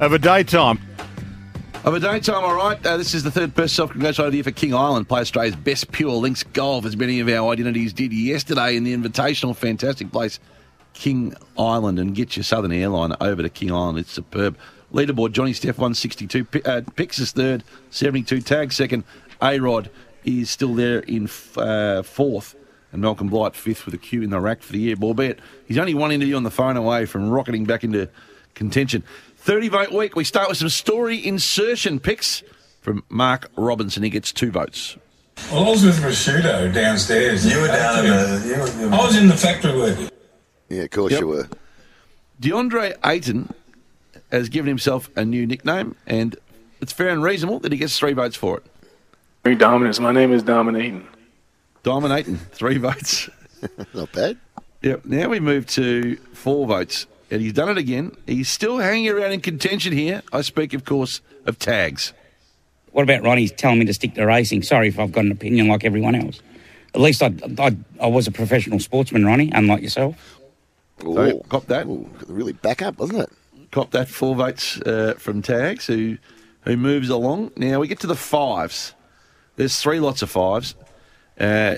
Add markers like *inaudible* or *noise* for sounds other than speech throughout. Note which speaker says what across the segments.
Speaker 1: over daytime.
Speaker 2: Over daytime, all right. Uh, this is the third best self-congratulator of the year for King Island. Play Australia's best pure links golf, as many of our identities did yesterday in the Invitational. Fantastic place, King Island, and get your Southern Airline over to King Island. It's superb. Leaderboard: Johnny Steph 162, Pi- uh, Pix is third, 72. Tag second. A Rod is still there in f- uh, fourth, and Malcolm Blight fifth with a Q in the rack for the year. But albeit he's only one interview on the phone away from rocketing back into contention. 30 vote week. We start with some story insertion picks from Mark Robinson. He gets two votes.
Speaker 3: Well, I was with Prosciutto downstairs. You were down in the. I was in the factory working.
Speaker 4: Yeah, of course
Speaker 2: Yep.
Speaker 4: you were.
Speaker 2: DeAndre Ayton has given himself a new nickname, and it's fair and reasonable that he gets three votes for it.
Speaker 3: Dominance. My name is Dominating.
Speaker 2: Diamond Ayton, *laughs* three votes.
Speaker 4: *laughs* Not bad.
Speaker 2: Yep. Now we move to four votes, and he's done it again. He's still hanging around in contention here. I speak, of course, of tags.
Speaker 5: What about Ronnie's telling me to stick to racing? Sorry if I've got an opinion like everyone else. At least I, I, I was a professional sportsman, Ronnie, unlike yourself.
Speaker 2: So,
Speaker 4: Ooh.
Speaker 2: cop that.
Speaker 4: Ooh, really back up, wasn't it?
Speaker 2: Cop that four votes uh, from Tags, who who moves along. Now we get to the fives. There's three lots of fives. Uh,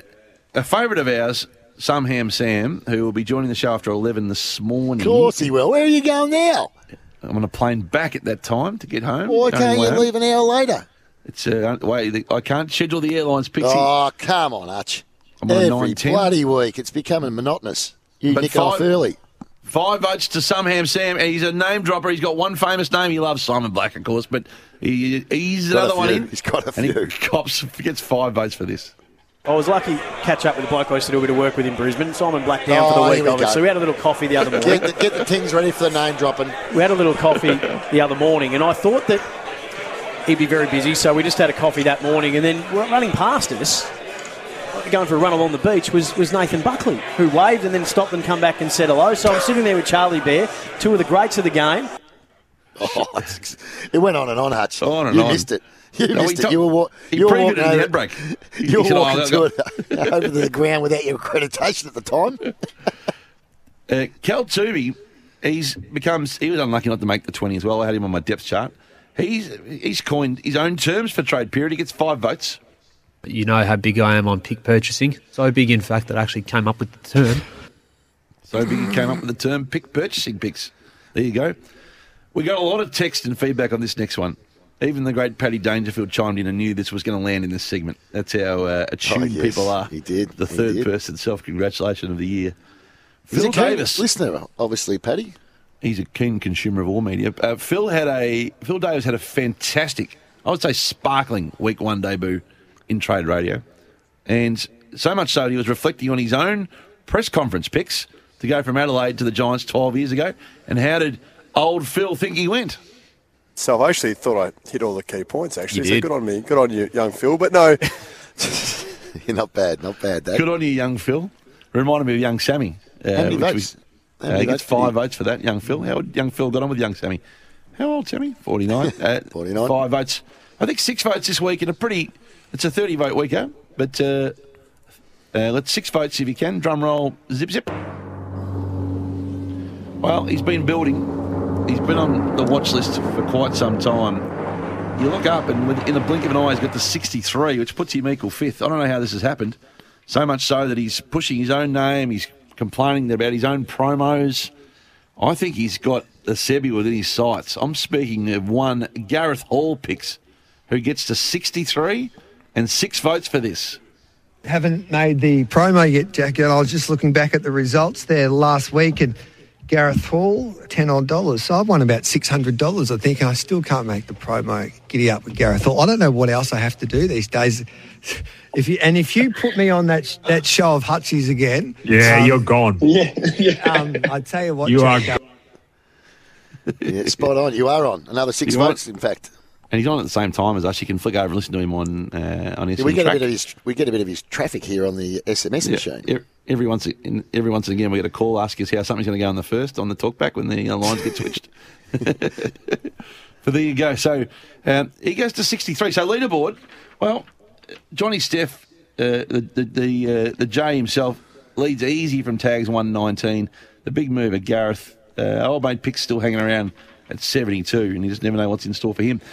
Speaker 2: a favourite of ours, Sam Ham Sam, who will be joining the show after 11 this morning.
Speaker 4: Of course he will. Where are you going now?
Speaker 2: I'm on a plane back at that time to get home.
Speaker 4: Why
Speaker 2: Only
Speaker 4: can't
Speaker 2: way
Speaker 4: you
Speaker 2: home.
Speaker 4: leave an hour later?
Speaker 2: It's uh, wait. I can't schedule the airlines, Pixie.
Speaker 4: Oh, come on, Hutch.
Speaker 2: I'm on a
Speaker 4: Every
Speaker 2: 9:10.
Speaker 4: bloody week, it's becoming monotonous. You
Speaker 2: But
Speaker 4: nick
Speaker 2: five-
Speaker 4: off early.
Speaker 2: Five votes to Sam Ham Sam, and he's a name dropper. He's got one famous name. He loves Simon Black, of course, but he, he's
Speaker 4: Got a
Speaker 2: another one
Speaker 4: few.
Speaker 2: in.
Speaker 4: He's got a
Speaker 2: and
Speaker 4: few.
Speaker 2: He cops gets five votes for this.
Speaker 6: I was lucky to catch up with the bloke I used to do a bit of work with in Brisbane, Simon Black, down for
Speaker 4: Oh,
Speaker 6: the
Speaker 4: here
Speaker 6: week
Speaker 4: we
Speaker 6: of it.
Speaker 4: go.
Speaker 6: So we had a little coffee the other morning.
Speaker 4: Get the, get the things ready for the name
Speaker 2: *laughs*
Speaker 4: dropping.
Speaker 6: we had a little coffee the other morning, and I thought that he'd be very busy, so we just had a coffee that morning, and then running past us, going for a run along the beach, was, was Nathan Buckley, who waved and then stopped and come back and said hello. So I'm sitting there with Charlie Bear, two of the greats of the game.
Speaker 4: Oh, it's- it went on and on, Hutch.
Speaker 2: On and
Speaker 4: you
Speaker 2: on.
Speaker 4: missed it. You
Speaker 2: No, he
Speaker 4: missed it.
Speaker 2: to-
Speaker 4: You were, wa-
Speaker 2: he
Speaker 4: you were
Speaker 2: previewed it
Speaker 4: walking
Speaker 2: in the
Speaker 4: over,
Speaker 2: handbrake. He
Speaker 4: *laughs* You were
Speaker 2: said, "Oh,
Speaker 4: walking
Speaker 2: I've
Speaker 4: to it uh, *laughs* over to the ground without your accreditation at the time.
Speaker 2: Uh, Cal Toomey, he's becomes he was unlucky not to make the twenty as well. I had him on my depth chart. He's he's coined his own terms for trade period. He gets five votes.
Speaker 7: You know how big I am on pick purchasing. So big, in fact, that I actually came up with the term.
Speaker 2: So big he came up with the term pick purchasing picks. There you go. We got a lot of text and feedback on this next one. Even the great Paddy Dangerfield chimed in and knew this was going to land in this segment. That's how uh, attuned
Speaker 4: Oh, yes,
Speaker 2: people are.
Speaker 4: he did,
Speaker 2: The
Speaker 4: he
Speaker 2: third
Speaker 4: did.
Speaker 2: person self congratulation of the year.
Speaker 4: He's
Speaker 2: Phil
Speaker 4: a keen
Speaker 2: Davis.
Speaker 4: listener, obviously, Paddy. *laughs*
Speaker 2: He's a keen consumer of all media. Uh, Phil had a Phil Davis had a fantastic, I would say, sparkling week one debut in trade radio, and so much so that he was reflecting on his own press conference picks to go from Adelaide to the Giants twelve years ago, and how did old Phil think he went?
Speaker 3: So I actually thought I hit all the key points. Actually,
Speaker 7: You
Speaker 3: so
Speaker 7: did.
Speaker 3: good on me, good on you, young Phil. But no,
Speaker 4: You're not bad, not bad. That.
Speaker 2: Good on you, young Phil. Reminded me of young Sammy. Uh,
Speaker 4: How many
Speaker 2: which
Speaker 4: votes?
Speaker 2: was-
Speaker 4: How
Speaker 2: uh,
Speaker 4: many
Speaker 2: he gets
Speaker 4: votes did he-
Speaker 2: five votes for that, young Phil. How old young Phil got on with young Sammy? How old, Sammy? 49. Uh,
Speaker 4: 49.
Speaker 2: Five votes. I think six votes this week in a pretty, it's a 30 vote week, huh? But uh, uh, let's six votes if you can. Drum roll, zip, zip. Well, he's been building. He's been on the watch list for quite some time. You look up, and with, in the blink of an eye, he's got to 63, which puts him equal fifth. I don't know how this has happened. So much so that he's pushing his own name. He's complaining about his own promos. I think he's got the Sebi within his sights. I'm speaking of one Gareth Hall picks, who gets to 63 and six votes for this.
Speaker 8: haven't made the promo yet, Jackie. And I was just looking back at the results there last week, and Gareth Hall, ten odd dollars. So I've won about six hundred dollars, I think. And I still can't make the promo giddy up with Gareth Hall. I don't know what else I have to do these days. *laughs* If you and if you put me on that that show of Hutchies again,
Speaker 9: Yeah,
Speaker 8: um,
Speaker 9: you're gone.
Speaker 8: um, I tell you what,
Speaker 9: You are
Speaker 8: Jacko,
Speaker 4: yeah, spot on. You are on. Another six
Speaker 2: You are-
Speaker 4: votes, in fact.
Speaker 2: And he's on at the same time as us. You can flick over and listen to him on uh, on
Speaker 4: Yeah,
Speaker 2: Instagram.
Speaker 4: we get
Speaker 2: track.
Speaker 4: a bit of his. We get a bit of his traffic here on the SMS
Speaker 2: Yeah,
Speaker 4: machine.
Speaker 2: e- Every once, in, every once again, we get a call asking us how something's going to go on the first on the talkback when the uh, lines get switched. *laughs* but there you go. So um, he goes to 63. So leaderboard, well, Johnny Steph, uh, the the the, uh, the J himself leads easy from tags 119. The big mover Gareth, uh, old mate Pick's still hanging around at 72, and you just never know what's in store for him.